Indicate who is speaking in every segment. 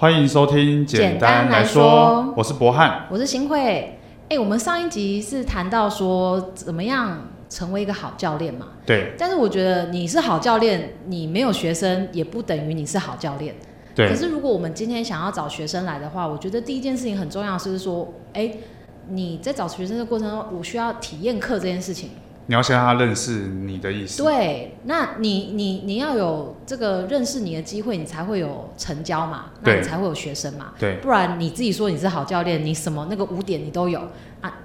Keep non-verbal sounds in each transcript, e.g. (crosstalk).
Speaker 1: 欢迎收听，
Speaker 2: 简
Speaker 1: 单
Speaker 2: 单
Speaker 1: 来
Speaker 2: 来说
Speaker 1: 我是博翰。
Speaker 2: 我是新慧。哎，我们上一集是谈到说怎么样成为一个好教练嘛，
Speaker 1: 对
Speaker 2: 但是我觉得你是好教练，你没有学生也不等于你是好教练。可
Speaker 1: 对
Speaker 2: 是如果我们今天想要找学生来的话，我觉得第一件事情很重要，就是说，哎，你在找学生的过程中，我需要体验课这件事情。
Speaker 1: 你要先让他认识你的意思。
Speaker 2: 对，那你你你要有这个认识你的机会，你才会有成交嘛，那
Speaker 1: 对
Speaker 2: 你才会有学生嘛。
Speaker 1: 对
Speaker 2: 不然你自己说你是好教练，你什么那个五点你都有啊，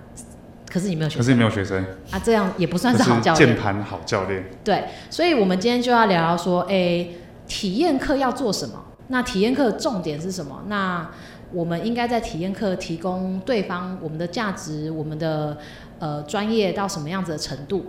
Speaker 2: 可是你没有学
Speaker 1: 可是
Speaker 2: 生
Speaker 1: 没有学生，
Speaker 2: 啊，这样也不算
Speaker 1: 就是
Speaker 2: 好教
Speaker 1: 键
Speaker 2: 练。
Speaker 1: 盘好教练。
Speaker 2: 对，所以我们今天就要聊聊说，诶，体验课要做什么？那体验课的重点是什么？那我们应该在体验课提供对方我们的价值、我们的呃专业到什么样子的程度？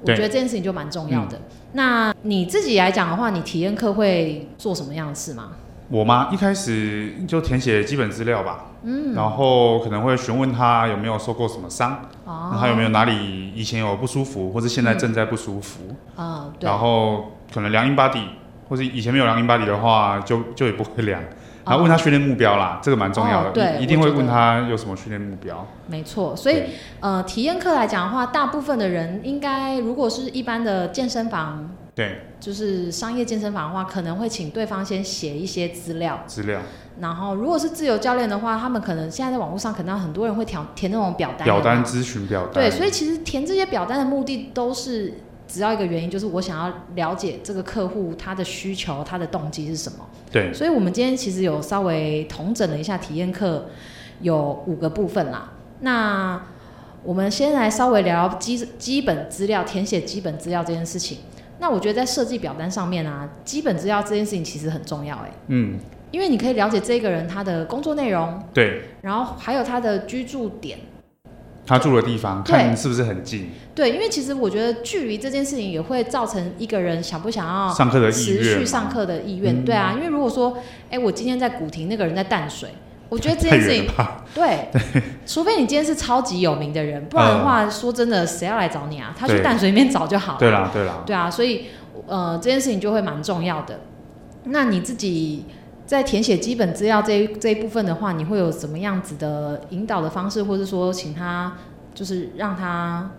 Speaker 2: 我
Speaker 1: 对嗯
Speaker 2: 觉得这件事情就蛮重要的。那你自己来讲的话，你体验课会做什么样的事吗？
Speaker 1: 我妈一开始就填写基本资料吧，嗯，然后可能会询问他有没有受过什么伤，
Speaker 2: 哦
Speaker 1: 那他有没有哪里以前有不舒服，或者现在正在不舒服，
Speaker 2: 啊、对，
Speaker 1: 然后可能量 in body，或者以前没有量 in body 的话，就就也不会量。然后问他训练目标啦，这个蛮重要的，
Speaker 2: 哦对
Speaker 1: 一一定会
Speaker 2: 我觉得
Speaker 1: 问他有什么训练目标。
Speaker 2: 没错。所以
Speaker 1: 对
Speaker 2: 呃，体验课来讲的话，大部分的人应该如果是一般的健身房
Speaker 1: 对
Speaker 2: 就是商业健身房的话，可能会请对方先写一些资料，
Speaker 1: 资料
Speaker 2: 然后如果是自由教练的话，他们可能现在在网络上可能很多人会填填那种表单，
Speaker 1: 表
Speaker 2: 有
Speaker 1: 单
Speaker 2: 没有
Speaker 1: 咨询表单，
Speaker 2: 对，所以其实填这些表单的目的都是只要一个原因，就是我想要了解这个客户他的需求、他的动机是什么。
Speaker 1: 对
Speaker 2: 所以我们今天其实有稍微统整了一下体验课有五个部分啦。那我们先来稍微聊基基本资料，填写基本资料这件事情。那我觉得在设计表单上面啊，基本资料这件事情其实很重要诶、欸
Speaker 1: 嗯，
Speaker 2: 因为你可以了解这个人他的工作内容，
Speaker 1: 对，
Speaker 2: 然后还有他的居住点。
Speaker 1: 他住的地方
Speaker 2: 对
Speaker 1: 看是不是很近，
Speaker 2: 对，因为其实我觉得距离这件事情也会造成一个人想不想要
Speaker 1: 上课的意
Speaker 2: 嗯持
Speaker 1: 愿
Speaker 2: 续
Speaker 1: 嘛嗯
Speaker 2: 上课的意愿。对啊，因为如果说，哎，我今天在古亭，那个人在淡水，我觉得这
Speaker 1: 太
Speaker 2: 件
Speaker 1: (laughs)
Speaker 2: 事
Speaker 1: 远
Speaker 2: 情
Speaker 1: 了吧？
Speaker 2: 对，除非你今天是超级有名的人，不然的话，说真的，谁要来找你啊？他去
Speaker 1: 嗯对
Speaker 2: 淡水里面找就好了。
Speaker 1: 对啦，对啦，
Speaker 2: 对啊，所以呃，这件事情就会蛮重要的。那你自己在填写基本资料这一这一部分的话，你会有什么样子的引导的方式，或者说请他就是让他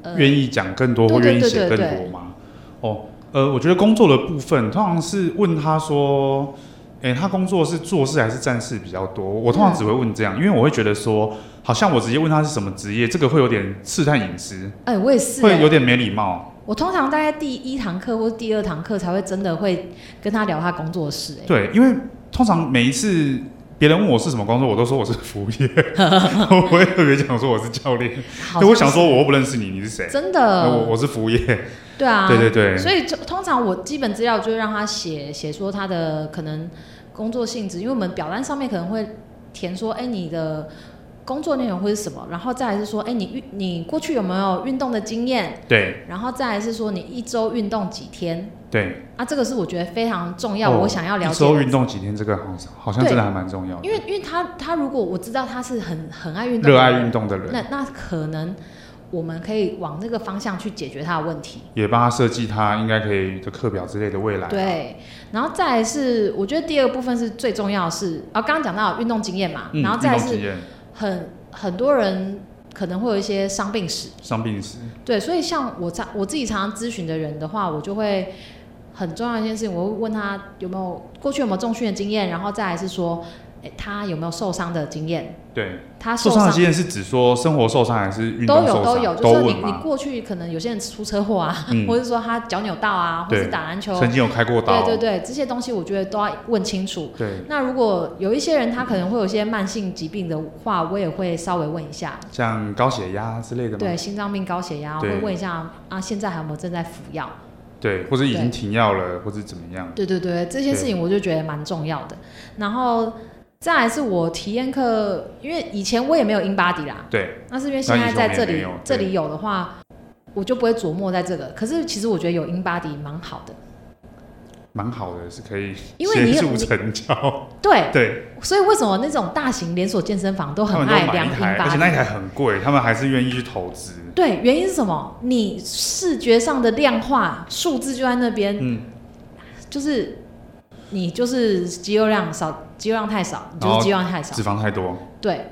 Speaker 2: 呃
Speaker 1: 愿意讲更多或
Speaker 2: 对对
Speaker 1: 愿意
Speaker 2: 对
Speaker 1: 写更
Speaker 2: 对
Speaker 1: 多吗？哦，呃，我觉得工作的部分，通常是问他说，诶，他工作是做事还是战事比较多？我
Speaker 2: 嗯
Speaker 1: 通常只会问这样，因为我会觉得说，好像我直接问他是什么职业，这个会有点刺探隐私，
Speaker 2: 哎、我也是、
Speaker 1: 会有
Speaker 2: 欸，
Speaker 1: 点没礼貌。
Speaker 2: 我通常大概第一堂课或第二堂课才会真的会跟他聊他工作室、欸，
Speaker 1: 对，因为通常每一次。别人问我是什么工作，我都说我是服务
Speaker 2: (laughs)
Speaker 1: 业，我不会特别讲说我是教练。
Speaker 2: 好
Speaker 1: 对，我
Speaker 2: 像
Speaker 1: 想说我又不认识你，你是谁？
Speaker 2: 真
Speaker 1: 那我
Speaker 2: 的，
Speaker 1: 我是服务业，
Speaker 2: 对啊，
Speaker 1: 对对对，
Speaker 2: 所以就通常我基本资料就让他写写说他的可能工作性质，因为我们表单上面可能会填说，哎、你的工作内容会是什么，然后再来是说，哎、你运你过去有没有运动的经验，
Speaker 1: 对
Speaker 2: 然后再来是说你一周运动几天
Speaker 1: 对，
Speaker 2: 啊，这个是我觉得非常重要，
Speaker 1: 哦
Speaker 2: 我想要了
Speaker 1: 一
Speaker 2: 解
Speaker 1: 周
Speaker 2: 的。
Speaker 1: 运动几天，这个好像好像真的还蛮重要的
Speaker 2: 因。为因为他他如果我知道他是很很爱运动的人，
Speaker 1: 热爱运动的人，
Speaker 2: 那那可能我们可以往那个方向去解决他的问题。
Speaker 1: 也帮他设计他应该可以的课表之类的未来。，
Speaker 2: 对，然后再来是，我觉得第二个部分是最重要的是，啊，刚刚讲到运动经验嘛，
Speaker 1: 嗯，
Speaker 2: 然后再来
Speaker 1: 运动
Speaker 2: 是
Speaker 1: 经验、
Speaker 2: 很很多人可能会有一些伤病史，
Speaker 1: 伤病史，
Speaker 2: 对，所以像我常我自己常常咨询的人的话，我就会很重要的一件事情，我会问他有没有过去有没有重训的经验，然后再来是说，哎，他有没有受伤的经验，
Speaker 1: 对，
Speaker 2: 他
Speaker 1: 受
Speaker 2: 受
Speaker 1: 伤的
Speaker 2: 伤。
Speaker 1: 经验是指说生活受伤还是运
Speaker 2: 都
Speaker 1: 动受
Speaker 2: 有
Speaker 1: 伤？
Speaker 2: 都有，就是你
Speaker 1: 问
Speaker 2: 你
Speaker 1: 嘛，
Speaker 2: 过去可能有些人出车祸啊，
Speaker 1: 嗯
Speaker 2: 或者说他脚扭到啊，或
Speaker 1: 对
Speaker 2: 是打篮球，
Speaker 1: 曾经有开过
Speaker 2: 对
Speaker 1: 刀，
Speaker 2: 对对，这些东西我觉得都要问清楚。
Speaker 1: 对
Speaker 2: 那如果有一些人他可能会有一些慢性疾病的话，我也会稍微问一下，
Speaker 1: 像高血压之类的嘛
Speaker 2: 对，，心脏病、高血压，
Speaker 1: 对
Speaker 2: 会问一下啊，现在还有没有正在服药？
Speaker 1: 对，或者已经
Speaker 2: 对
Speaker 1: 停药了，或者怎么样？
Speaker 2: 对对对，这些事情我就觉得蛮重要的。然后再来是我体验课，因为以前我也没有 in body 啦，
Speaker 1: 对，
Speaker 2: 那是因为现在在
Speaker 1: 那
Speaker 2: 这
Speaker 1: 以前我
Speaker 2: 里
Speaker 1: 们也没有
Speaker 2: 这里有的话，我就不会琢磨在这个。可是其实我觉得有 in body 蛮好的，
Speaker 1: 蛮好的，是可以
Speaker 2: 因为你
Speaker 1: 协
Speaker 2: 有
Speaker 1: 助成
Speaker 2: 你 (laughs)
Speaker 1: 交。
Speaker 2: 对，
Speaker 1: 对，
Speaker 2: 所以为什么那种大型连锁健身房都
Speaker 1: 他
Speaker 2: 很
Speaker 1: 们都
Speaker 2: 爱
Speaker 1: 买
Speaker 2: 量
Speaker 1: 一
Speaker 2: in
Speaker 1: 台，而且
Speaker 2: body？
Speaker 1: 那一台很贵，他们还是愿意去投资。
Speaker 2: 对，原因是什么？你视觉上的量化数字就在那边，
Speaker 1: 嗯，
Speaker 2: 就是你就是肌肉量少，肌肉量太少，你就
Speaker 1: 然后
Speaker 2: 是肌肉量太少
Speaker 1: 脂。肪太多，
Speaker 2: 对，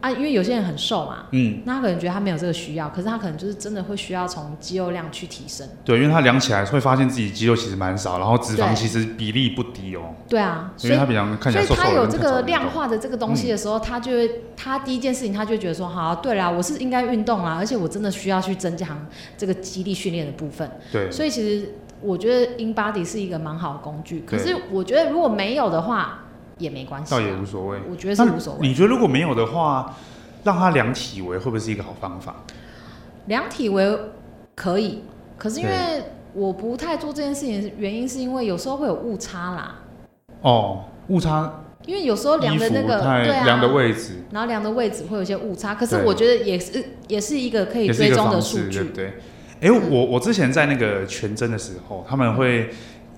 Speaker 2: 啊，因为有些人很瘦嘛，
Speaker 1: 嗯，
Speaker 2: 那他可能觉得他没有这个需要，可是他可能就是真的会需要从肌肉量去提升。
Speaker 1: 对，因为它量起来会发现自己肌肉其实蛮少，然后脂肪
Speaker 2: 对
Speaker 1: 其实比例不低哦，
Speaker 2: 对啊，
Speaker 1: 因
Speaker 2: 所
Speaker 1: 为
Speaker 2: 以
Speaker 1: 它平常看起
Speaker 2: 所
Speaker 1: 来
Speaker 2: 以
Speaker 1: 瘦瘦
Speaker 2: 他
Speaker 1: 的，
Speaker 2: 有
Speaker 1: 跟
Speaker 2: 这
Speaker 1: 正常
Speaker 2: 个
Speaker 1: 人嗯
Speaker 2: 量
Speaker 1: 一样，
Speaker 2: 化的这个东西的时候，他就会他第一件事情他就会觉得说，好、啊，对啦，我是应该运动啦，而且我真的需要去增强这个肌力训练的部分。
Speaker 1: 对，
Speaker 2: 所以其实我觉得 InBody 是一个蛮好的工具，可
Speaker 1: 对
Speaker 2: 是我觉得如果没有的话也没关系啊，
Speaker 1: 倒也无所谓。
Speaker 2: 我觉得是
Speaker 1: 那
Speaker 2: 无所谓。
Speaker 1: 你觉得如果没有的话，让它量体围会不会是一个好方法？
Speaker 2: 量体为可以，可是因为我不太做这件事情，的原因是因为有时候会有误差啦，
Speaker 1: 哦，误差
Speaker 2: 因为有时候量
Speaker 1: 衣
Speaker 2: 的
Speaker 1: 服
Speaker 2: 那个
Speaker 1: 太
Speaker 2: 对啊，
Speaker 1: 量的位置
Speaker 2: 然后量的位置会有一些误差，可是
Speaker 1: 对
Speaker 2: 我觉得也是也是一个可以
Speaker 1: 也是一个
Speaker 2: 追踪的
Speaker 1: 方
Speaker 2: 数
Speaker 1: 式，对
Speaker 2: 据
Speaker 1: 不，对？哎，我我之前在那个全真的时候，他们会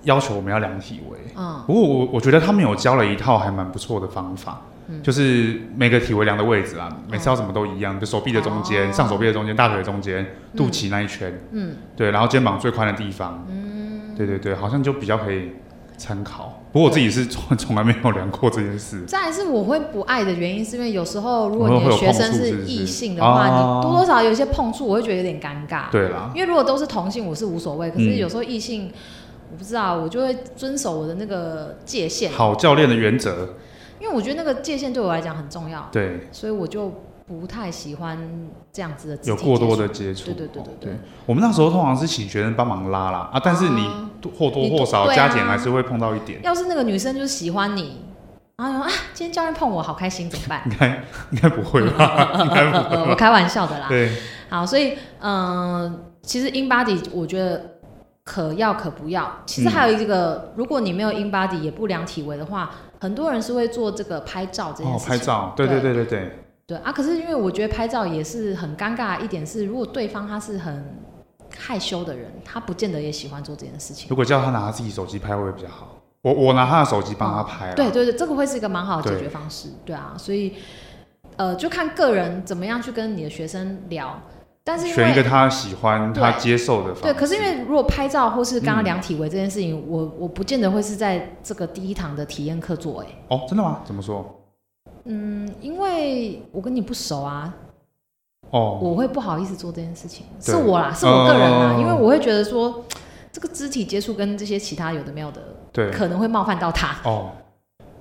Speaker 1: 要求我们要量体围，
Speaker 2: 嗯，
Speaker 1: 不过我我觉得他们有教了一套还蛮不错的方法，
Speaker 2: 嗯
Speaker 1: 就是每个体围量的位置啊，每次要怎么都一样，就手臂的中间、
Speaker 2: 哦
Speaker 1: 上手臂的中间、大腿的中间、肚脐那一圈，
Speaker 2: 嗯，
Speaker 1: 对，然后肩膀最宽的地方，嗯，对对对，好像就比较可以参考。不过我自己是从 (laughs) 从来没有量过这件事，
Speaker 2: 再来是我会不爱的原因，是因为有时候如果
Speaker 1: 会
Speaker 2: 你
Speaker 1: 会
Speaker 2: 的
Speaker 1: 有
Speaker 2: 学
Speaker 1: 碰触
Speaker 2: 生
Speaker 1: 是不是
Speaker 2: 异性的话，
Speaker 1: 哦
Speaker 2: 你多多少少有一些碰触，我会觉得有点尴尬。
Speaker 1: 对啦，
Speaker 2: 因为如果都是同性，我是无所谓，可是
Speaker 1: 嗯
Speaker 2: 有时候异性，我不知道，我就会遵守我的那个界限，
Speaker 1: 好教练的原则，
Speaker 2: 因为我觉得那个界限对我来讲很重要，
Speaker 1: 对，
Speaker 2: 所以我就不太喜欢这样子的肢
Speaker 1: 有
Speaker 2: 体
Speaker 1: 过多
Speaker 2: 接
Speaker 1: 的接触，
Speaker 2: 对对对
Speaker 1: 哦
Speaker 2: 对对
Speaker 1: 我们那时候通常是请学生帮忙拉啦啊，但是你
Speaker 2: 啊
Speaker 1: 多或多
Speaker 2: 你
Speaker 1: 或
Speaker 2: 多
Speaker 1: 少
Speaker 2: 对啊
Speaker 1: 加减还是会碰到一点
Speaker 2: 触。，要是那个女生就是喜欢你，然后就说啊，今天教练碰我好开心，怎么
Speaker 1: (laughs)
Speaker 2: 办？呃
Speaker 1: 应该应该不会吧？应该不会
Speaker 2: 我
Speaker 1: 吧？
Speaker 2: 开玩笑的啦。
Speaker 1: 对，
Speaker 2: 好，所以嗯、呃其实 InBody 我觉得可要可不要。其实还有一
Speaker 1: 嗯
Speaker 2: 个，如果你没有 InBody 也不量体围的话，很多人是会做这个拍照这件
Speaker 1: 哦，
Speaker 2: 事情。
Speaker 1: 拍照，对对对对对，
Speaker 2: 对啊，可是因为我觉得拍照也是很尴尬的一点是，如果对方他是很害羞的人，他不见得也喜欢做这件事情。
Speaker 1: 如果叫他拿自己手机拍会比较好，我我拿他的手机帮他拍啦，
Speaker 2: 对对对，这个会是一个蛮好的解
Speaker 1: 对
Speaker 2: 决方式。对啊，所以呃，就看个人怎么样去跟你的学生聊。但是因为
Speaker 1: 选一个他喜欢、
Speaker 2: 对
Speaker 1: 他接受的方式。
Speaker 2: 对，可是因为如果拍照或是刚刚量体围这件事情，我我不见得会是在这个第一堂的体验课做、欸，
Speaker 1: 哦，真的吗？怎么说？
Speaker 2: 嗯，因为我跟你不熟啊，
Speaker 1: 哦，
Speaker 2: 我会不好意思做这件事情，
Speaker 1: 对
Speaker 2: 是我啦，是我个人啦，
Speaker 1: 哦
Speaker 2: 因为我会觉得说。这个肢体接触跟这些其他有的没有的，
Speaker 1: 对，
Speaker 2: 可能会冒犯到他，
Speaker 1: 哦，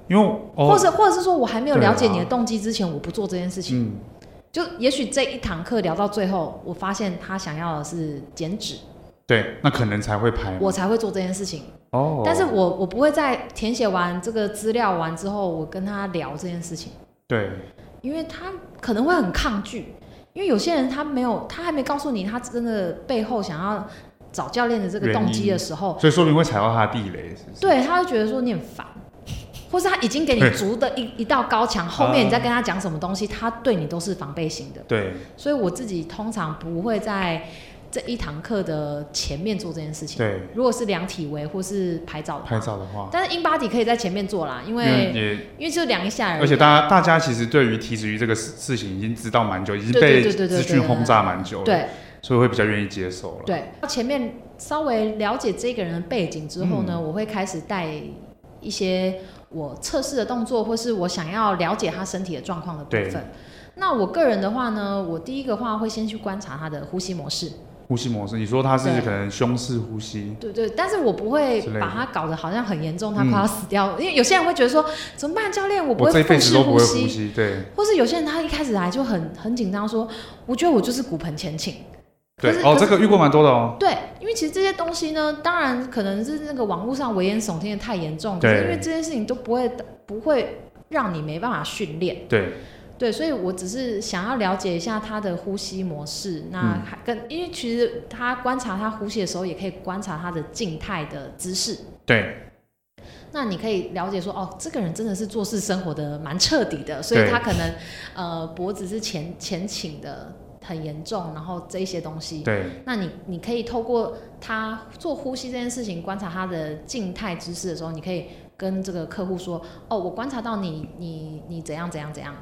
Speaker 1: 因为
Speaker 2: 或
Speaker 1: 哦，
Speaker 2: 者或者是说我还没有了解
Speaker 1: 对啊
Speaker 2: 你的动机之前，我不做这件事情。
Speaker 1: 嗯，
Speaker 2: 就也许这一堂课聊到最后，我发现他想要的是减脂，
Speaker 1: 对，那可能才会拍嘛。
Speaker 2: 我才会做这件事情。
Speaker 1: 嗯哦，
Speaker 2: 但是我我不会在填写完这个资料完之后，我跟他聊这件事情，
Speaker 1: 对
Speaker 2: 因为他可能会很抗拒，因为有些人他没有，他还没告诉你他真的背后想要找教练的这个动机的时候，
Speaker 1: 所以说明会踩到他的地雷，是不是？
Speaker 2: 对他会觉得说你很烦，或是他已经给你
Speaker 1: 对
Speaker 2: 筑的一一道高墙，后面你再跟他讲什么东西，他对你都是防备心的，
Speaker 1: 对，
Speaker 2: 所以我自己通常不会在这一堂课的前面做这件事情。
Speaker 1: 对，
Speaker 2: 如果是量体围或是拍照的话
Speaker 1: 拍照的话，
Speaker 2: 但是 InBody 可以在前面做啦，因
Speaker 1: 因
Speaker 2: 为
Speaker 1: 也，
Speaker 2: 因为就量一下而已。啊
Speaker 1: 而且大家大家其实对于体脂率这个事事情已经知道蛮久，已经
Speaker 2: 对
Speaker 1: 被
Speaker 2: 对对对对
Speaker 1: 资
Speaker 2: 对
Speaker 1: 讯
Speaker 2: 对
Speaker 1: 轰炸蛮久了，，
Speaker 2: 对
Speaker 1: 所以会比较愿意接受了。
Speaker 2: 对，前面稍微了解这个人的背景之后呢，
Speaker 1: 嗯
Speaker 2: 我会开始带一些我测试的动作，或是我想要了解他身体的状况的部
Speaker 1: 对
Speaker 2: 分。那我个人的话呢，我第一个话会先去观察他的呼吸模式，
Speaker 1: 呼吸模式，你说他是
Speaker 2: 对
Speaker 1: 可能胸式呼吸，
Speaker 2: 对对，但是我不会
Speaker 1: 之类的
Speaker 2: 把他搞得好像很严重，他
Speaker 1: 嗯
Speaker 2: 快要死掉，因为有些人会觉得说怎么办，教练，我不
Speaker 1: 我这
Speaker 2: 会
Speaker 1: 一辈
Speaker 2: 腹
Speaker 1: 子
Speaker 2: 式
Speaker 1: 都不
Speaker 2: 呼
Speaker 1: 会
Speaker 2: 吸
Speaker 1: 呼，吸，对
Speaker 2: 或是有些人他一开始来就很很紧张，说我觉得我就是骨盆前倾，
Speaker 1: 对
Speaker 2: 可是
Speaker 1: 哦，
Speaker 2: 可
Speaker 1: 这
Speaker 2: 是
Speaker 1: 个遇过蛮多的哦，
Speaker 2: 对，因为其实这些东西呢，当然可能是那个网络上危言耸听的太严重，可
Speaker 1: 对
Speaker 2: 是因为这件事情都不会不会让你没办法训练，
Speaker 1: 对
Speaker 2: 对，所以我只是想要了解一下他的呼吸模式，那
Speaker 1: 嗯
Speaker 2: 还跟、因为其实他观察他呼吸的时候，也可以观察他的静态的姿势。
Speaker 1: 对
Speaker 2: 那你可以了解说，哦，这个人真的是做事生活的蛮彻底的，所以
Speaker 1: 对
Speaker 2: 他可能呃脖子是前前倾的很严重，然后这一些东西。
Speaker 1: 对
Speaker 2: 那你你可以透过他做呼吸这件事情，观察他的静态姿势的时候，你可以跟这个客户说，哦，我观察到你你你怎样怎样怎样，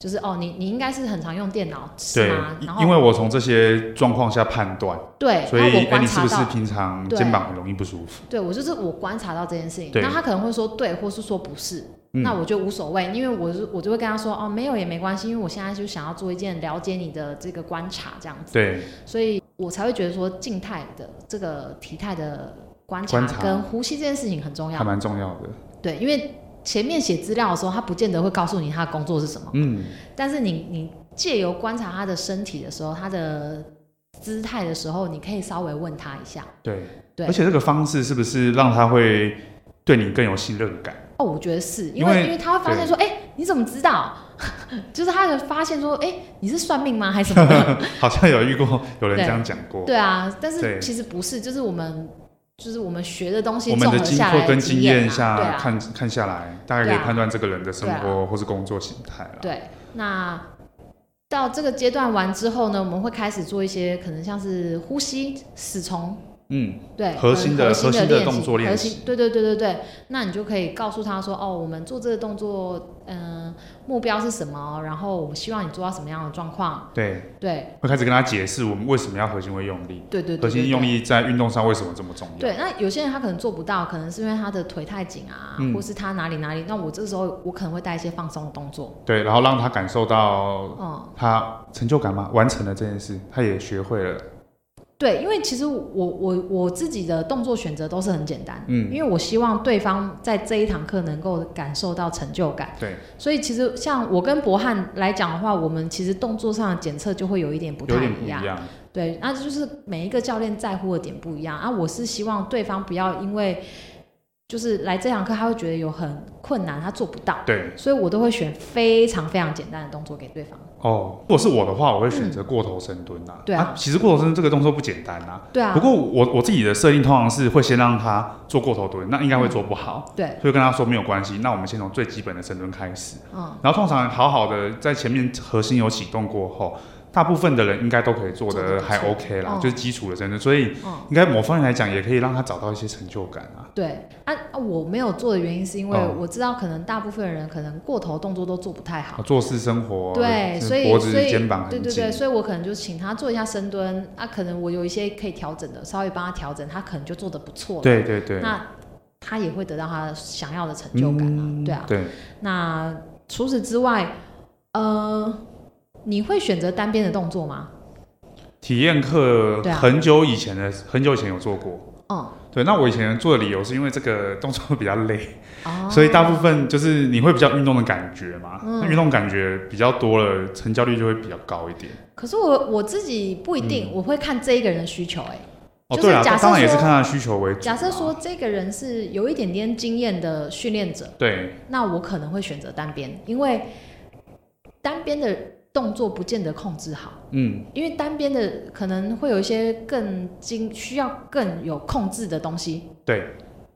Speaker 2: 就是哦，你你应该是很常用电脑是
Speaker 1: 对
Speaker 2: 吗？，然
Speaker 1: 因
Speaker 2: 后
Speaker 1: 因为我从这些状况下判断，
Speaker 2: 对，
Speaker 1: 所
Speaker 2: 然后
Speaker 1: 以
Speaker 2: 我
Speaker 1: 哎，
Speaker 2: 观
Speaker 1: 你是
Speaker 2: 察
Speaker 1: 不是
Speaker 2: 到，
Speaker 1: 平常
Speaker 2: 对
Speaker 1: 肩膀很容易不舒服？
Speaker 2: 对我就是我观察到这件事情，
Speaker 1: 对
Speaker 2: 那他可能会说对，或是说不是，
Speaker 1: 嗯
Speaker 2: 那我就无所谓，因为我是我就会跟他说哦，没有也没关系，因为我现在就想要做一件了解你的这个观察这样子，
Speaker 1: 对，
Speaker 2: 所以我才会觉得说静态的这个体态的观察
Speaker 1: 观察
Speaker 2: 跟呼吸这件事情很重
Speaker 1: 还
Speaker 2: 要，
Speaker 1: 蛮重要的。
Speaker 2: 对，因为前面写资料的时候，他不见得会告诉你他的工作是什么，
Speaker 1: 嗯，
Speaker 2: 但是你你借由观察他的身体的时候，他的姿态的时候，你可以稍微问他一下。
Speaker 1: 对，
Speaker 2: 对
Speaker 1: 而且这个方式是不是让他会对你更有信任感？
Speaker 2: 哦，我觉得是因
Speaker 1: 因
Speaker 2: 为
Speaker 1: 为
Speaker 2: 因为他会发现说，哎、你怎么知道？ (laughs) 就是他会发现说，哎、你是算命吗？还是什么的？
Speaker 1: 好像有遇过有人
Speaker 2: 对
Speaker 1: 这样讲过。
Speaker 2: 对啊，但是
Speaker 1: 对
Speaker 2: 其实不是，就是我们就是我们学的东西
Speaker 1: 我
Speaker 2: 综
Speaker 1: 们
Speaker 2: 合
Speaker 1: 的经
Speaker 2: 下来
Speaker 1: 过
Speaker 2: 的
Speaker 1: 跟
Speaker 2: 经
Speaker 1: 经
Speaker 2: 验
Speaker 1: 验
Speaker 2: 嘛
Speaker 1: 下、
Speaker 2: 对啊，
Speaker 1: 看看下来，大概可
Speaker 2: 对
Speaker 1: 以
Speaker 2: 啊
Speaker 1: 判断这个人的生
Speaker 2: 对啊
Speaker 1: 活或是工作形态了。
Speaker 2: 对，那到这个阶段完之后呢，我们会开始做一些可能像是呼吸、死虫
Speaker 1: 嗯，
Speaker 2: 对，
Speaker 1: 核心的
Speaker 2: 核
Speaker 1: 核
Speaker 2: 心
Speaker 1: 心的
Speaker 2: 练习
Speaker 1: 动作练
Speaker 2: 核
Speaker 1: 习
Speaker 2: 心对对对对对，那你就可以告诉他说，哦，我们做这个动作，嗯、目标是什么？然后我希望你做到什么样的状况？
Speaker 1: 对，
Speaker 2: 对
Speaker 1: 会开始跟他解释我们为什么要核心会用力，
Speaker 2: 对对
Speaker 1: 核
Speaker 2: 对
Speaker 1: 心用
Speaker 2: 力。
Speaker 1: 力在运动上为什么这么重要？
Speaker 2: 对，那有些人他可能做不到，可能是因为他的腿太紧啊，
Speaker 1: 嗯
Speaker 2: 或是他哪里哪里。那我这时候我可能会带一些放松的动作，
Speaker 1: 对，然后让他感受到
Speaker 2: 嗯，
Speaker 1: 他成就感嘛，完成了这件事，他也学会了。
Speaker 2: 对，因为其实我我我自己的动作选择都是很简单，
Speaker 1: 嗯，
Speaker 2: 因为我希望对方在这一堂课能够感受到成就感。
Speaker 1: 对，
Speaker 2: 所以其实像我跟博翰来讲的话，我们其实动作上的检测就会有一点不
Speaker 1: 有
Speaker 2: 太
Speaker 1: 点不
Speaker 2: 一
Speaker 1: 一
Speaker 2: 样。
Speaker 1: 样。
Speaker 2: 对，那就是每一个教练在乎的点不一样啊。我是希望对方不要因为就是来这堂课，他会觉得有很困难，他做不到，
Speaker 1: 对，
Speaker 2: 所以我都会选非常非常简单的动作给对方。
Speaker 1: 哦，如果是我的话，我会选择过头深蹲啊。
Speaker 2: 嗯对啊
Speaker 1: 其实过头深蹲这个动作不简单啊。
Speaker 2: 对啊
Speaker 1: 不，过我我自己的设定通常是会先让他做过头蹲，那应该会做不好，
Speaker 2: 对，
Speaker 1: 所以跟他说没有关系，那我们先从最基本的深蹲开始。
Speaker 2: 嗯，
Speaker 1: 然后通常好好的在前面核心有启动过后，大部分的人应该都可以做
Speaker 2: 做得
Speaker 1: 的
Speaker 2: 不
Speaker 1: 还
Speaker 2: 错
Speaker 1: OK 啦，
Speaker 2: 嗯
Speaker 1: 就是基础的深蹲，所以
Speaker 2: 嗯
Speaker 1: 应该某方面来讲也可以让他找到一些成就感啊。
Speaker 2: 对。啊，啊我没有做的原因是因为
Speaker 1: 哦
Speaker 2: 我知道可能大部分人可能过头动作都做不太好。
Speaker 1: 做事生活啊
Speaker 2: 对，
Speaker 1: 就是
Speaker 2: 所以
Speaker 1: 脖
Speaker 2: 所
Speaker 1: 子
Speaker 2: 以
Speaker 1: 肩膀
Speaker 2: 对
Speaker 1: 很
Speaker 2: 对
Speaker 1: 紧
Speaker 2: 对，，所以我可能就请他做一下深蹲啊，可能我有一些可以调整的，稍微帮他调整，他可能就做的不错了。，
Speaker 1: 对对对，
Speaker 2: 那他也会得到他想要的成就感啊，
Speaker 1: 嗯
Speaker 2: 对啊。
Speaker 1: 对，
Speaker 2: 那除此之外，呃，你会选择单边的动作吗？
Speaker 1: 体验课
Speaker 2: 对啊
Speaker 1: 很久以前的很久以前有做过。
Speaker 2: 嗯，
Speaker 1: 对，那我以前做的理由是因为这个动作比较累，
Speaker 2: 哦，
Speaker 1: 所以大部分就是你会比较运动的感觉嘛。
Speaker 2: 嗯
Speaker 1: 那运动感觉比较多了，成交率就会比较高一点。
Speaker 2: 可是我我自己不一
Speaker 1: 嗯
Speaker 2: 定，我会看这一个人的需求、欸。
Speaker 1: 哦，
Speaker 2: 就是
Speaker 1: 对啦，
Speaker 2: 假设
Speaker 1: 当然也是
Speaker 2: 说
Speaker 1: 看他的需求为主啊。
Speaker 2: 假设说这个人是有一点点经验的训练者，
Speaker 1: 对
Speaker 2: 那我可能会选择单边，因为单边的动作不见得控制好，
Speaker 1: 嗯，
Speaker 2: 因为单边的可能会有一些更精需要更有控制的东西。
Speaker 1: 对，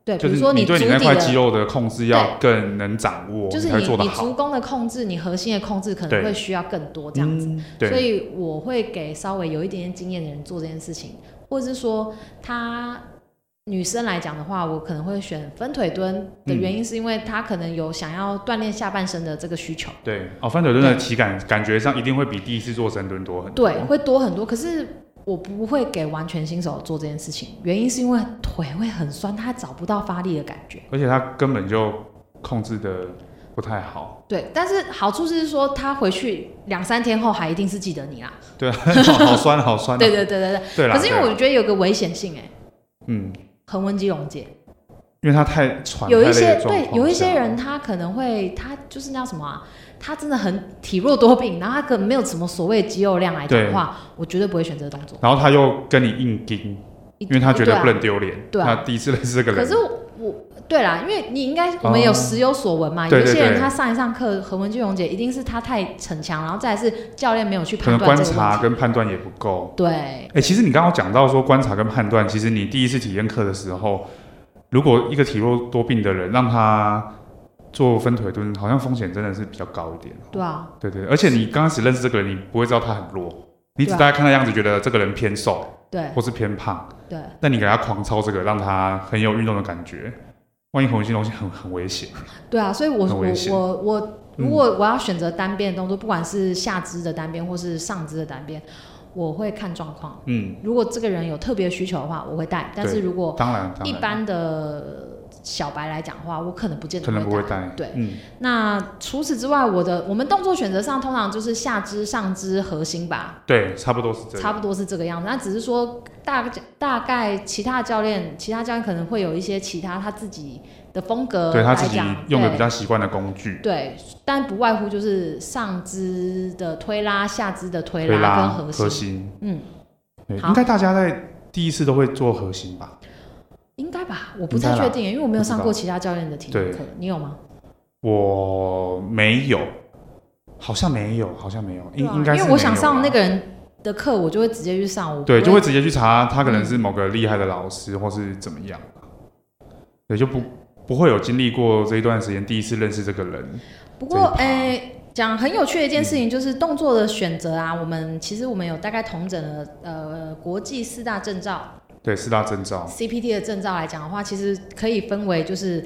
Speaker 2: 对，比
Speaker 1: 就
Speaker 2: 如
Speaker 1: 是
Speaker 2: 说
Speaker 1: 你
Speaker 2: 足
Speaker 1: 对
Speaker 2: 底
Speaker 1: 你那块肌
Speaker 2: 的，
Speaker 1: 肉的控制要更能掌握，
Speaker 2: 就是
Speaker 1: 你才会
Speaker 2: 你
Speaker 1: 做得
Speaker 2: 你
Speaker 1: 好。
Speaker 2: 足弓的控制，你核心的控制可能
Speaker 1: 对
Speaker 2: 会需要更多这样子。
Speaker 1: 嗯
Speaker 2: 所
Speaker 1: 对，
Speaker 2: 以我会给稍微有一点点经验的人做这件事情，或者是说她女生来讲的话，我可能会选分腿蹲的原因，是因为她可能有想要锻炼下半身的这个需求。
Speaker 1: 对，哦，翻腿蹲的体感感觉上一定会比第一次做深蹲多很多。
Speaker 2: 对，会多很多。可是我不会给完全新手做这件事情，原因是因为腿会很酸，他找不到发力的感觉。
Speaker 1: 而且他根本就控制的不太好。
Speaker 2: 对，但是好处是说他回去两三天后还一定是记得你啦。
Speaker 1: 对啊， (laughs) 好酸，好酸啊。
Speaker 2: 对对对对对。
Speaker 1: 对啦，
Speaker 2: 可是因为
Speaker 1: 对啦啊
Speaker 2: 我觉得有个危险性哎、
Speaker 1: 嗯。
Speaker 2: 横纹肌溶解，
Speaker 1: 因为他太喘，
Speaker 2: 有
Speaker 1: 太
Speaker 2: 一
Speaker 1: 累
Speaker 2: 些
Speaker 1: 的状
Speaker 2: 对
Speaker 1: 况
Speaker 2: 有一
Speaker 1: 下哦
Speaker 2: 些人他可能会他就是那叫什么啊，他真的很体弱多病，然后他可能没有什么所谓的肌肉量来讲的话，我绝对不会选择动作，
Speaker 1: 然后他又跟你硬盯，
Speaker 2: 因
Speaker 1: 因为他觉得不能丢脸。
Speaker 2: 对啊
Speaker 1: 他第一次认识这个
Speaker 2: 可
Speaker 1: 人，哦
Speaker 2: 是我我对啦，因为你应该我们有时有所闻嘛，
Speaker 1: 对
Speaker 2: 有一
Speaker 1: 对
Speaker 2: 些人
Speaker 1: 对
Speaker 2: 他上一上课何文俊荣姐一定是他太逞强，然后再来是教练没有去
Speaker 1: 可
Speaker 2: 判
Speaker 1: 能
Speaker 2: 断
Speaker 1: 观
Speaker 2: 这个问
Speaker 1: 察
Speaker 2: 题。
Speaker 1: 跟判断也不够。
Speaker 2: 对
Speaker 1: 哎、其实你刚刚讲到说观察跟判断，其实你第一次体验课的时候，如果一个体弱多病的人让他做分腿蹲，好像风险真的是比较高一点。
Speaker 2: 对啊，
Speaker 1: 对对，而且你刚开始认识这个人，你不会知道他很弱，你只
Speaker 2: 对啊
Speaker 1: 大概看他样子觉得这个人偏瘦
Speaker 2: 对
Speaker 1: 或是偏胖，
Speaker 2: 对
Speaker 1: 那你给他狂操这个，让他很有运动的感觉，万一红心东西很很危险，
Speaker 2: 对啊，所以我
Speaker 1: 很危险
Speaker 2: 我我我，
Speaker 1: 嗯
Speaker 2: 如果我要选择单边的动作，不管是下肢的单边或是上肢的单边，我会看状况。
Speaker 1: 嗯，
Speaker 2: 如果这个人有特别需求的话，我会带；但是如果
Speaker 1: 当然，当
Speaker 2: 一
Speaker 1: 然
Speaker 2: 般的小白来讲的话，我可能不见得
Speaker 1: 可能不会
Speaker 2: 会带。
Speaker 1: 带，
Speaker 2: 对
Speaker 1: 嗯，
Speaker 2: 那除此之外，我的我们动作选择上通常就是下肢、上肢、核心吧，
Speaker 1: 对，差不多是这
Speaker 2: 差
Speaker 1: 样，
Speaker 2: 不多是这个样子。那只是说大大概其他教练，其他教练可能会有一些其他他自己的风格
Speaker 1: 对他
Speaker 2: 来
Speaker 1: 自己
Speaker 2: 讲，
Speaker 1: 用的比
Speaker 2: 对
Speaker 1: 较习惯的工具，
Speaker 2: 对，但不外乎就是上肢的推拉、下肢的推
Speaker 1: 推拉
Speaker 2: 跟核心。
Speaker 1: 核心，
Speaker 2: 嗯，
Speaker 1: 对，
Speaker 2: 好
Speaker 1: 应该大家在第一次都会做核心吧？
Speaker 2: 应该吧，我不
Speaker 1: 应
Speaker 2: 太
Speaker 1: 该啦
Speaker 2: 确定耶，因为我没有上
Speaker 1: 不
Speaker 2: 过其他教练的体能
Speaker 1: 对
Speaker 2: 课，你有吗？
Speaker 1: 我没有，好像没有，好像没有，应
Speaker 2: 对啊
Speaker 1: 应该是
Speaker 2: 因为我想
Speaker 1: 没有
Speaker 2: 上
Speaker 1: 啦
Speaker 2: 那个人的课，我就会直接去上，我
Speaker 1: 对，
Speaker 2: 不
Speaker 1: 就
Speaker 2: 会
Speaker 1: 会直接去查他可能是某个厉害的老师，或是怎么样吧。对，就不不会有经历过这一段时间第一次认识这个人。
Speaker 2: 不过，
Speaker 1: 这一趴
Speaker 2: 诶、讲很有趣的一件事
Speaker 1: 嗯
Speaker 2: 情就是动作的选择啊。我们其实我们有大概统整了呃国际四大证照
Speaker 1: 对，四大证照，
Speaker 2: CPT 的证照来讲的话，其实可以分为就是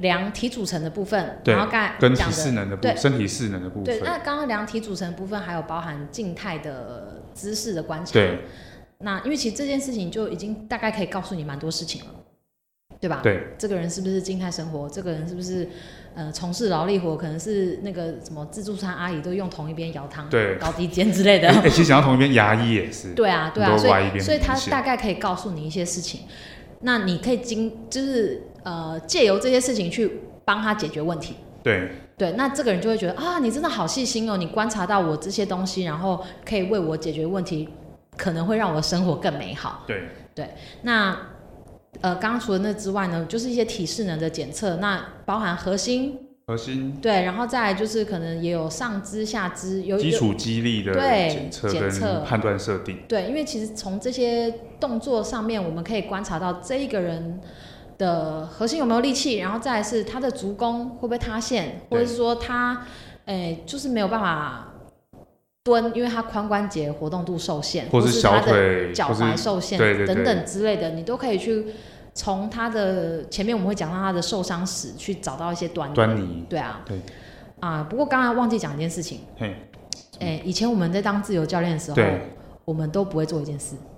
Speaker 2: 量体组成的部分，
Speaker 1: 对
Speaker 2: 然后刚才
Speaker 1: 跟
Speaker 2: 讲
Speaker 1: 体
Speaker 2: 的
Speaker 1: 适能的部
Speaker 2: 对
Speaker 1: 身体适能的部
Speaker 2: 对，
Speaker 1: 分，
Speaker 2: 那刚刚量体组成的部分还有包含静态的姿势的观察。
Speaker 1: 对，
Speaker 2: 那因为其实这件事情就已经大概可以告诉你蛮多事情了，对吧？
Speaker 1: 对，
Speaker 2: 这个人是不是静态生活？这个人是不是呃从事劳力活？可能是那个什么自助餐阿姨都用同一边舀汤、
Speaker 1: 对
Speaker 2: 高低肩之类
Speaker 1: 哎、
Speaker 2: 的。
Speaker 1: 欸其实讲到同一边，牙医也是，
Speaker 2: (laughs) 对啊，对啊，
Speaker 1: 都
Speaker 2: 所
Speaker 1: 歪一边
Speaker 2: 以所以
Speaker 1: 很
Speaker 2: 他
Speaker 1: 明显
Speaker 2: 大概可以告诉你一些事情，那你可以经就是呃借由这些事情去帮他解决问题。
Speaker 1: 对
Speaker 2: 对，那这个人就会觉得啊，你真的好细心哦，你观察到我这些东西，然后可以为我解决问题，可能会让我的生活更美好。
Speaker 1: 对
Speaker 2: 那呃，刚刚除了那之外呢，就是一些体适能的检测，那包含核心
Speaker 1: 核心
Speaker 2: 对，然后再来就是可能也有上肢、下肢有
Speaker 1: 基
Speaker 2: 有
Speaker 1: 础肌力的
Speaker 2: 对
Speaker 1: 检测
Speaker 2: 检测
Speaker 1: 跟判断设定，
Speaker 2: 对，因为其实从这些动作上面，我们可以观察到这一个人的核心有没有力气，然后再来是他的足弓会不会塌陷，或
Speaker 1: 对
Speaker 2: 者是说他，诶、就是没有办法蹲，因为他髋关节活动度受限，
Speaker 1: 或
Speaker 2: 是
Speaker 1: 是小
Speaker 2: 他的
Speaker 1: 腿，
Speaker 2: 脚
Speaker 1: 或是
Speaker 2: 踝受限
Speaker 1: 对对对
Speaker 2: 等等之类的，你都可以去从他的前面我们会讲到他的受伤史去找到一些端倪。
Speaker 1: 端倪，
Speaker 2: 对啊，
Speaker 1: 对
Speaker 2: 啊，不过刚才忘记讲一件事情，
Speaker 1: 嘿，
Speaker 2: 诶、以前我们在当自由教练的时候，
Speaker 1: 对，
Speaker 2: 我们都不会做一件事。 (laughs)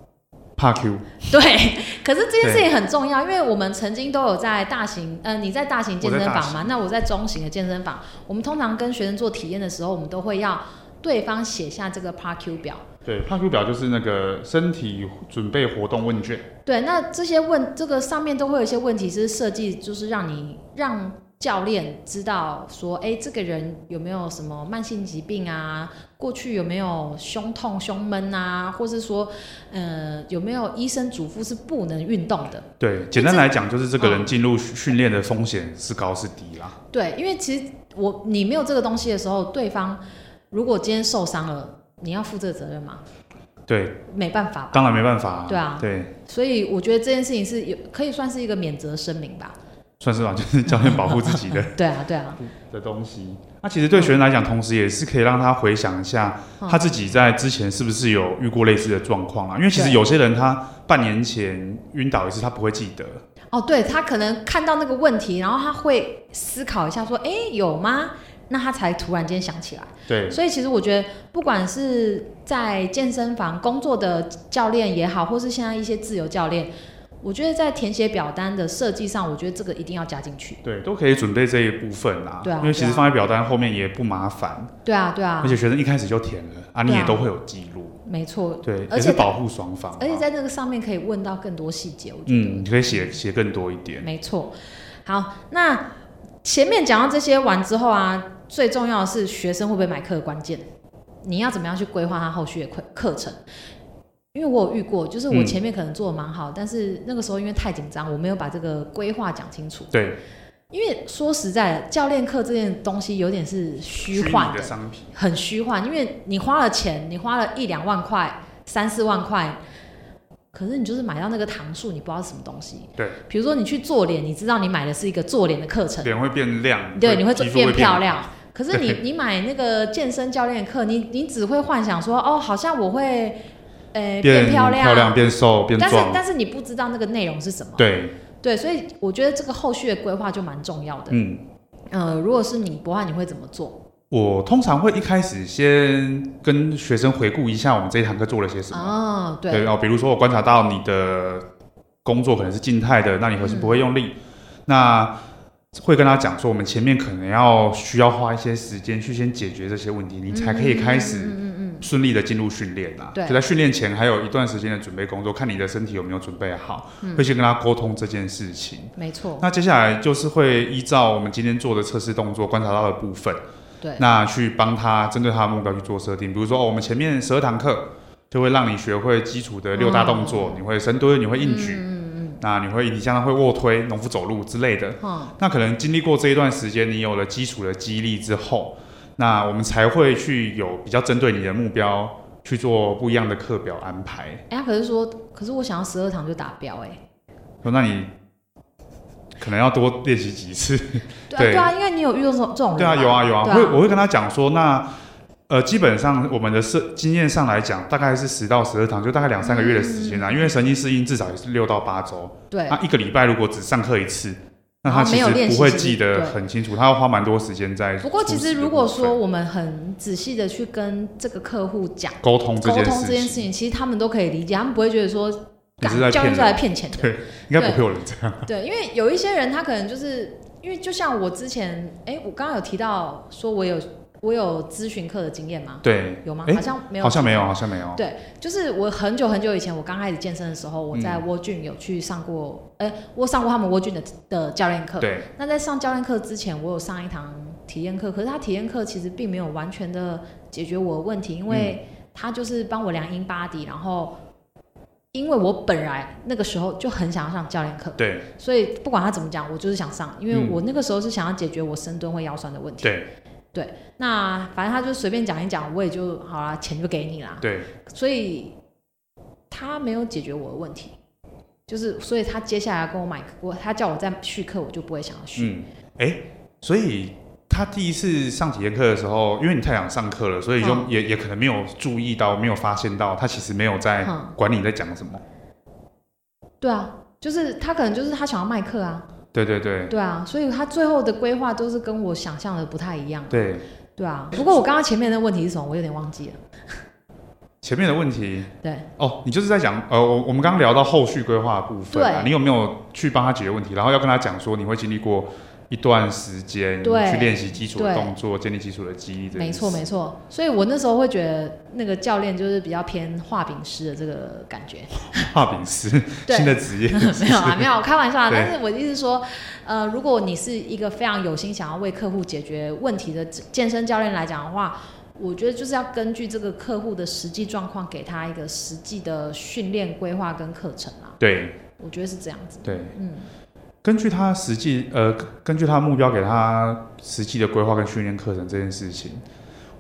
Speaker 1: 怕 Q，
Speaker 2: 对，可是这件事情很重要，因为我们曾经都有在大型，呃，你在大型健身
Speaker 1: 我在大
Speaker 2: 房
Speaker 1: 型
Speaker 2: 嘛，那我在中型的健身房，我们通常跟学生做体验的时候，我们都会要对方写下这个 PARQ 表。
Speaker 1: 对，怕 Q 表就是那个身体准备活动问卷，
Speaker 2: 对，那这些问这个上面都会有一些问题是设计，就是让你让教练知道说，哎，这个人有没有什么慢性疾病啊？过去有没有胸痛、胸闷啊？或是说，呃，有没有医生嘱咐是不能运动的？
Speaker 1: 对，简单来讲就是这个
Speaker 2: 嗯
Speaker 1: 人进入训训练的风险是高是低啦。
Speaker 2: 对，因为其实我你没有这个东西的时候，对方如果今天受伤了，你要负这个责任吗？
Speaker 1: 对，
Speaker 2: 没办法吧，
Speaker 1: 当然没办法、
Speaker 2: 对啊
Speaker 1: 对，
Speaker 2: 所以我觉得这件事情是有可以算是一个免责声明吧。
Speaker 1: 算是吧，就是教练保护自己
Speaker 2: (laughs)
Speaker 1: 的
Speaker 2: 对啊，对啊，
Speaker 1: 的东西。那其实对学生来讲，同时也是可以让他回想一下
Speaker 2: 嗯
Speaker 1: 他自己在之前是不是有遇过类似的状况啊啦。因为其实
Speaker 2: 对
Speaker 1: 有些人他半年前晕倒一次，他不会记得。
Speaker 2: 哦，对他可能看到那个问题，然后他会思考一下说，哎，有吗？那他才突然间想起来。
Speaker 1: 对
Speaker 2: 所以其实我觉得，不管是在健身房工作的教练也好，或是现在一些自由教练，我觉得在填写表单的设计上，我觉得这个一定要加进去。
Speaker 1: 对，都可以准备这一部分啦。
Speaker 2: 对啊
Speaker 1: 因为其
Speaker 2: 对
Speaker 1: 实
Speaker 2: 啊
Speaker 1: 放在表单后面也不麻烦，
Speaker 2: 对啊，对啊
Speaker 1: 而，且学生一开始就填了啊，你
Speaker 2: 对啊
Speaker 1: 也都会有记录。
Speaker 2: 没错，
Speaker 1: 对，
Speaker 2: 而
Speaker 1: 也
Speaker 2: 且
Speaker 1: 是保护双方啊。
Speaker 2: 而且在那个上面可以问到更多细节，我觉得、
Speaker 1: 嗯，你可以写写更多一点。
Speaker 2: 没错。好，那前面讲到这些完之后啊，最重要的是学生会不会买课的关键，你要怎么样去规划他后续的课课程。因为我有遇过，就是我
Speaker 1: 嗯
Speaker 2: 前面可能做的蛮好，但是那个时候因为太紧张，我没有把这个规划讲清楚。
Speaker 1: 对，
Speaker 2: 因为说实在的，教练课这件东西有点是虚
Speaker 1: 拟
Speaker 2: 幻
Speaker 1: 的
Speaker 2: 的，
Speaker 1: 商品。
Speaker 2: 很虚幻，因为你花了钱，你花了一两万块、三四万块，可是你就是买到那个糖数，你不知道是什么东西。
Speaker 1: 对，
Speaker 2: 比如说你去做脸，你知道你买的是一个做脸的课程，
Speaker 1: 脸会变亮，
Speaker 2: 对，你会
Speaker 1: 皮肤
Speaker 2: 变
Speaker 1: 会
Speaker 2: 漂
Speaker 1: 变
Speaker 2: 亮。
Speaker 1: (laughs)
Speaker 2: 可是你你买那个健身教练课，你你只会幻想说，哦，好像我会，呃，
Speaker 1: 变
Speaker 2: 漂
Speaker 1: 漂亮、变瘦、变
Speaker 2: 但是
Speaker 1: 壮，
Speaker 2: 但是你不知道那个内容是什么。
Speaker 1: 对
Speaker 2: 对，所以我觉得这个后续的规划就蛮重要的。
Speaker 1: 嗯，
Speaker 2: 呃，如果是你博翰，你会怎么做？
Speaker 1: 我通常会一开始先跟学生回顾一下我们这一堂课做了些什么。
Speaker 2: 啊，对，
Speaker 1: 哦，比如说我观察到你的工作可能是静态的，那你核心
Speaker 2: 嗯
Speaker 1: 不会用力，那会跟他讲说，我们前面可能要需要花一些时间去先解决这些问题，你才可以开
Speaker 2: 嗯
Speaker 1: 始
Speaker 2: 嗯嗯嗯
Speaker 1: 顺利的进入训练啊。
Speaker 2: 对
Speaker 1: 就在训练前还有一段时间的准备工作，看你的身体有没有准备好，会先跟他沟通这件事情。
Speaker 2: 嗯，没错，
Speaker 1: 那接下来就是会依照我们今天做的测试动作观察到的部分。
Speaker 2: 对，
Speaker 1: 那去帮他针对他的目标去做设定，比如说、哦、我们前面十二堂课就会让你学会基础的六大动作，你会深蹲，你会硬举，
Speaker 2: 嗯嗯嗯
Speaker 1: 那你会你相当会卧推、农夫走路之类的。
Speaker 2: 嗯，哈，
Speaker 1: 那可能经历过这一段时间，你有了基础的激励之后，那我们才会去有比较针对你的目标去做不一样的课表安排。
Speaker 2: 哎、他可是说，可是我想要十二堂就达标、哎。
Speaker 1: 说那你可能要多练习几次。
Speaker 2: 对啊，
Speaker 1: 对
Speaker 2: 对啊，因为你有遇到这种这种人
Speaker 1: 对啊，
Speaker 2: 吧
Speaker 1: 有啊有啊，
Speaker 2: 对
Speaker 1: 我会我会跟他讲说，那呃，基本上我们的设经验上来讲，大概是十到十二堂，就大概两三个月的时间啊，因为神经适应至少也是六到八周，
Speaker 2: 嗯对
Speaker 1: 那一个礼拜如果只上课一次，那
Speaker 2: 然
Speaker 1: 他
Speaker 2: 后
Speaker 1: 其
Speaker 2: 没有
Speaker 1: 实
Speaker 2: 练习
Speaker 1: 不会
Speaker 2: 其实
Speaker 1: 记得
Speaker 2: 对
Speaker 1: 很清楚，他要花蛮多时间在。
Speaker 2: 不过其实如果说我们很仔细的去跟这个客户讲
Speaker 1: 沟通这
Speaker 2: 沟
Speaker 1: 件
Speaker 2: 通这件
Speaker 1: 事
Speaker 2: 事
Speaker 1: 情，
Speaker 2: 情，其实他们都可以理解，他们不会觉得说，
Speaker 1: 你是在
Speaker 2: 干教
Speaker 1: 骗
Speaker 2: 练是来
Speaker 1: 人，
Speaker 2: 骗钱的。
Speaker 1: 对应该不会有人这样。
Speaker 2: 对，因为有一些人他可能就是因为就像我之前，哎，我刚刚有提到说我有我有咨询课的经验吗？
Speaker 1: 对，
Speaker 2: 有吗？
Speaker 1: 诶
Speaker 2: 好像没有，
Speaker 1: 好像没有，。好像没有。
Speaker 2: 就是我很久很久以前，我刚开始健身的时候，我在
Speaker 1: 嗯
Speaker 2: 沃郡有去上过，哎、我上过他们沃郡的的教练课。
Speaker 1: 对，
Speaker 2: 那在上教练课之前，我有上一堂体验课，可是他体验课其实并没有完全的解决我的问题，因
Speaker 1: 嗯
Speaker 2: 为他就是帮我量英巴迪，然后因为我本来那个时候就很想要上教练课，
Speaker 1: 对，
Speaker 2: 所以不管他怎么讲，我就是想上，因为
Speaker 1: 嗯
Speaker 2: 我那个时候是想要解决我深蹲会腰酸的问题。
Speaker 1: 对，
Speaker 2: 那反正他就随便讲一讲，我也就好啦，钱就给你啦。
Speaker 1: 对，
Speaker 2: 所以他没有解决我的问题，就是所以他接下来跟我买我他叫我再续课，我就不会想要续。
Speaker 1: 嗯，哎、所以他第一次上体验课的时候，因为你太想上课了，所以就
Speaker 2: 嗯
Speaker 1: 也、也可能没有注意到，没有发现到他其实没有在
Speaker 2: 嗯
Speaker 1: 管你在讲什么。
Speaker 2: 对啊，就是他可能就是他想要卖课啊，
Speaker 1: 对对对
Speaker 2: 对啊，所以他最后的规划都是跟我想象的不太一样，
Speaker 1: 对，
Speaker 2: 对啊。不过我刚刚前面的问题是什么，我有点忘记了。
Speaker 1: 前面的问题
Speaker 2: 对，
Speaker 1: 哦，你就是在讲呃，我我们刚刚聊到后续规划的部分、啊，
Speaker 2: 对
Speaker 1: 你有没有去帮他解决问题，然后要跟他讲说你会经历过。一段时间
Speaker 2: 对
Speaker 1: 去练习基础的
Speaker 2: 对
Speaker 1: 动作，建立基础的记忆这件事，
Speaker 2: 没错没错。所以我那时候会觉得那个教练就是比较偏画饼师的这个感觉。
Speaker 1: 画饼师
Speaker 2: 对
Speaker 1: 新的职业
Speaker 2: (laughs) 没有啊，没有，我开玩笑啊。
Speaker 1: 对
Speaker 2: 但是我的意思是说，呃，如果你是一个非常有心想要为客户解决问题的健身教练来讲的话，我觉得就是要根据这个客户的实际状况，给他一个实际的训练规划跟课程啊。
Speaker 1: 对
Speaker 2: 我觉得是这样子。
Speaker 1: 对，
Speaker 2: 嗯，
Speaker 1: 根据他实际呃，根根据他的目标给他实际的规划跟训练课程这件事情，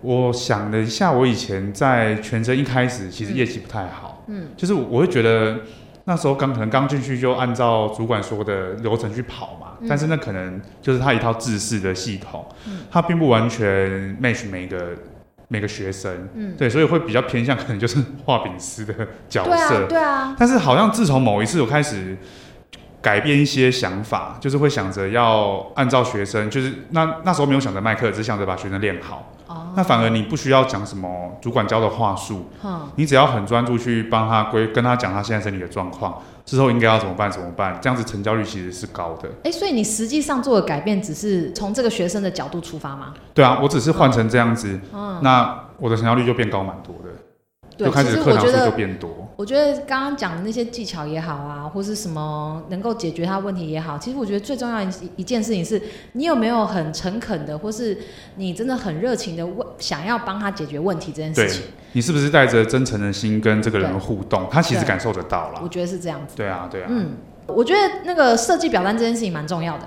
Speaker 1: 我想了一下，我以前在全身一开始其实业绩不太好，
Speaker 2: 嗯，
Speaker 1: 就是我会觉得那时候刚可能刚进去就按照主管说的流程去跑嘛，
Speaker 2: 嗯
Speaker 1: 但是那可能就是他一套制式的系统，
Speaker 2: 嗯
Speaker 1: 他并不完全 match 每个每个学生，
Speaker 2: 嗯
Speaker 1: 对，所以会比较偏向可能就是画饼师的角色，
Speaker 2: 对啊，对啊，
Speaker 1: 但是好像自从某一次我开始改变一些想法，就是会想着要按照学生，就是那那时候没有想着卖课，只想着把学生练好。
Speaker 2: 哦，
Speaker 1: 那反而你不需要讲什么主管教的话术，
Speaker 2: 哼，
Speaker 1: 你只要很专注去帮他归跟他讲他现在身体的状况，之后应该要怎么办怎么办，这样子成交率其实是高的。
Speaker 2: 哎，所以你实际上做的改变，只是从这个学生的角度出发吗？
Speaker 1: 对啊，我只是换成这样子，
Speaker 2: 嗯，
Speaker 1: 那我的成交率就变高蛮多的，
Speaker 2: 对
Speaker 1: 就，开
Speaker 2: 其
Speaker 1: 始
Speaker 2: 实
Speaker 1: 课
Speaker 2: 我
Speaker 1: 堂
Speaker 2: 觉
Speaker 1: 数就
Speaker 2: 得
Speaker 1: 变多。
Speaker 2: 我觉得刚刚讲的那些技巧也好啊，或是什么能够解决他问题也好，其实我觉得最重要的一一件事情是，你有没有很诚恳的，或是你真的很热情的问，想要帮他解决问题这件事情，
Speaker 1: 你是不是带着真诚的心跟这个人
Speaker 2: 对
Speaker 1: 互动？他其实
Speaker 2: 对
Speaker 1: 感受得到啦
Speaker 2: 我。觉得是这样子。
Speaker 1: 对啊，对啊。
Speaker 2: 嗯，我觉得那个设计表单这件事情蛮重要的。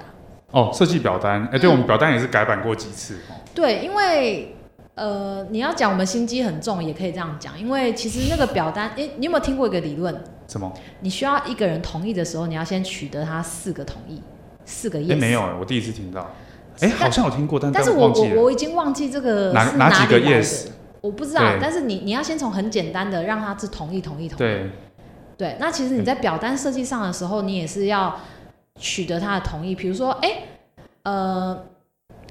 Speaker 1: 哦，设计表单，哎、对、
Speaker 2: 嗯
Speaker 1: 我们表单也是改版过几次哦。
Speaker 2: 对，因为呃，你要讲我们心机很重，也可以这样讲，因为其实那个表单，诶，你有没有听过一个理论？
Speaker 1: 什么？
Speaker 2: 你需要一个人同意的时候，你要先取得他四个同意，四个
Speaker 1: 哎、
Speaker 2: yes。
Speaker 1: 没有哎、我第一次听到。哎、
Speaker 2: 但
Speaker 1: 好像有听过，但
Speaker 2: 但是
Speaker 1: 我
Speaker 2: 我
Speaker 1: 忘记
Speaker 2: 我
Speaker 1: 了。
Speaker 2: 我已经忘记这个
Speaker 1: 哪
Speaker 2: 是
Speaker 1: 哪几个
Speaker 2: 里来的
Speaker 1: yes
Speaker 2: 我不知道
Speaker 1: 对。
Speaker 2: 但是你你要先从很简单的让他是同意同意同意。
Speaker 1: 对
Speaker 2: 对那其实你在表单设计上的时候，你也是要取得他的同意，比如说，哎、呃，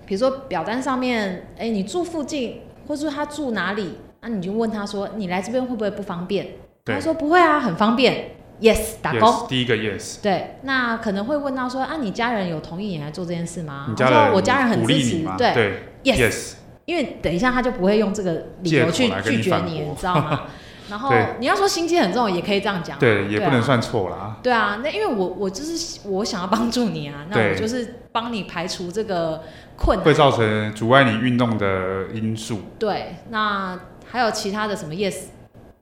Speaker 2: 比如说表单上面，哎、你住附近，或是他住哪里，那、你就问他说，你来这边会不会不方便？
Speaker 1: 对
Speaker 2: 他说不会啊，很方便，yes，打勾。
Speaker 1: yes, 第一个 yes，
Speaker 2: 对，那可能会问到说，啊，你家人有同意你来做这件事吗？
Speaker 1: 你
Speaker 2: 他
Speaker 1: 家
Speaker 2: 说
Speaker 1: 人
Speaker 2: 啊我家人很
Speaker 1: 鼓
Speaker 2: 支
Speaker 1: 励你
Speaker 2: 持
Speaker 1: 吗？，
Speaker 2: 对
Speaker 1: 对
Speaker 2: ，yes，
Speaker 1: ，yes，
Speaker 2: 因为等一下他就不会用这个理由
Speaker 1: 借
Speaker 2: 去
Speaker 1: 口来跟你
Speaker 2: 拒绝
Speaker 1: 反
Speaker 2: 你，
Speaker 1: 驳
Speaker 2: 你知道吗？
Speaker 1: (laughs)
Speaker 2: 然后
Speaker 1: 对
Speaker 2: 你要说心机很重，也可以这样讲啊，
Speaker 1: 对，也不
Speaker 2: 啊
Speaker 1: 能算错啦。
Speaker 2: 对啊，那因为我我就是我想要帮助你啊，那我
Speaker 1: 对
Speaker 2: 就是帮你排除这个困
Speaker 1: 会
Speaker 2: 难。
Speaker 1: 造成阻碍你运动的因素，
Speaker 2: 对，那还有其他的什么 yes，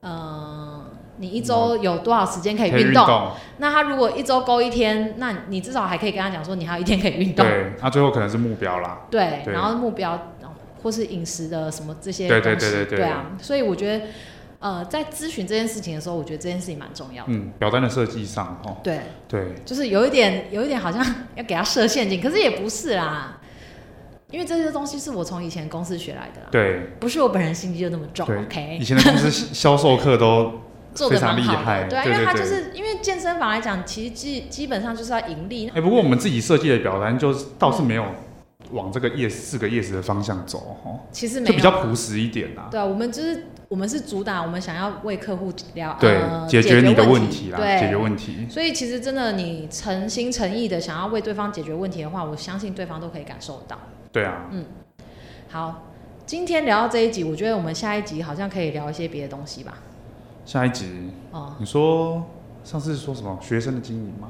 Speaker 2: 呃，你一周有多少时间可以
Speaker 1: 嗯可以
Speaker 2: 运
Speaker 1: 运
Speaker 2: 动？
Speaker 1: 动，
Speaker 2: 那他如果一周勾一天，那你至少还可以跟他讲说你还有一天可以运动。
Speaker 1: 对，那最后可能是目标啦。
Speaker 2: 对，
Speaker 1: 对
Speaker 2: 然后目标哦或是饮食的什么这些
Speaker 1: 对
Speaker 2: 东西，
Speaker 1: 对对对对
Speaker 2: 啊，所以我觉得，呃，在咨询这件事情的时候，我觉得这件事情蛮重要的。
Speaker 1: 嗯，表单的设计上，哦，
Speaker 2: 对，
Speaker 1: 对，
Speaker 2: 就是有一点，有一点好像要给他设陷阱，可是也不是啦，因为这些东西是我从以前公司学来的啦，
Speaker 1: 对，
Speaker 2: 不是我本人心机就那么重
Speaker 1: 对
Speaker 2: ，OK，
Speaker 1: 以前的公司销售课都
Speaker 2: 做
Speaker 1: 非
Speaker 2: 的
Speaker 1: 常
Speaker 2: 蛮
Speaker 1: 厉
Speaker 2: 好
Speaker 1: 害，
Speaker 2: 的，对啊，
Speaker 1: 对
Speaker 2: 因为
Speaker 1: 对
Speaker 2: 他
Speaker 1: 对
Speaker 2: 就是因为健身房来讲，其实基基本上就是要盈利，
Speaker 1: 哎、不过我们自己设计的表单就是倒是没有往这个 yes 四个 yes 的方向走，哦，
Speaker 2: 其实没
Speaker 1: 就
Speaker 2: 有
Speaker 1: 比较朴实一点啦。
Speaker 2: 对啊，我们就是我们是主打，我们想要为客户聊
Speaker 1: 对，
Speaker 2: 呃、
Speaker 1: 解
Speaker 2: 决
Speaker 1: 决你的
Speaker 2: 问
Speaker 1: 题啦，
Speaker 2: 对，
Speaker 1: 解决问题。
Speaker 2: 所以其实真的，你诚心诚意的想要为对方解决问题的话，我相信对方都可以感受到。
Speaker 1: 对啊，
Speaker 2: 好，今天聊到这一集，我觉得我们下一集好像可以聊一些别的东西吧。
Speaker 1: 下一集
Speaker 2: 哦
Speaker 1: 你说上次说什么学生的经营吗？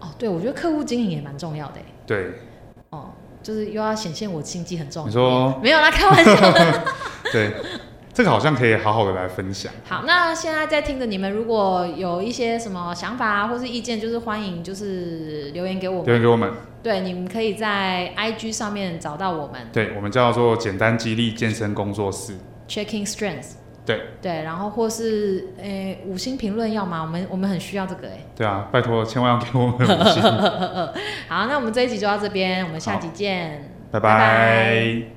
Speaker 2: 哦，对，我觉得客户经营也蛮重要的欸
Speaker 1: 对，
Speaker 2: 哦，就是又要显现我心机很重。
Speaker 1: 你说
Speaker 2: 没有啦，开玩笑的。
Speaker 1: 对，这个好像可以好好的来分享。
Speaker 2: 好，那现在在听的你们，如果有一些什么想法啊，或是意见，就是欢迎就是留言给我们。
Speaker 1: 留言给我们，
Speaker 2: 对，你们可以在 IG 上面找到我们
Speaker 1: 对我们叫做简单激励健身工作室。
Speaker 2: Checking Strengths。
Speaker 1: 对
Speaker 2: 对，然后或是诶五星评论要吗？我们我们很需要这个诶。 (laughs)
Speaker 1: 对啊，拜托千万要给我们五星，
Speaker 2: 好，那我们这一集就到这边，我们下
Speaker 1: 好
Speaker 2: 集见。
Speaker 1: 拜
Speaker 2: 拜
Speaker 1: 拜
Speaker 2: 拜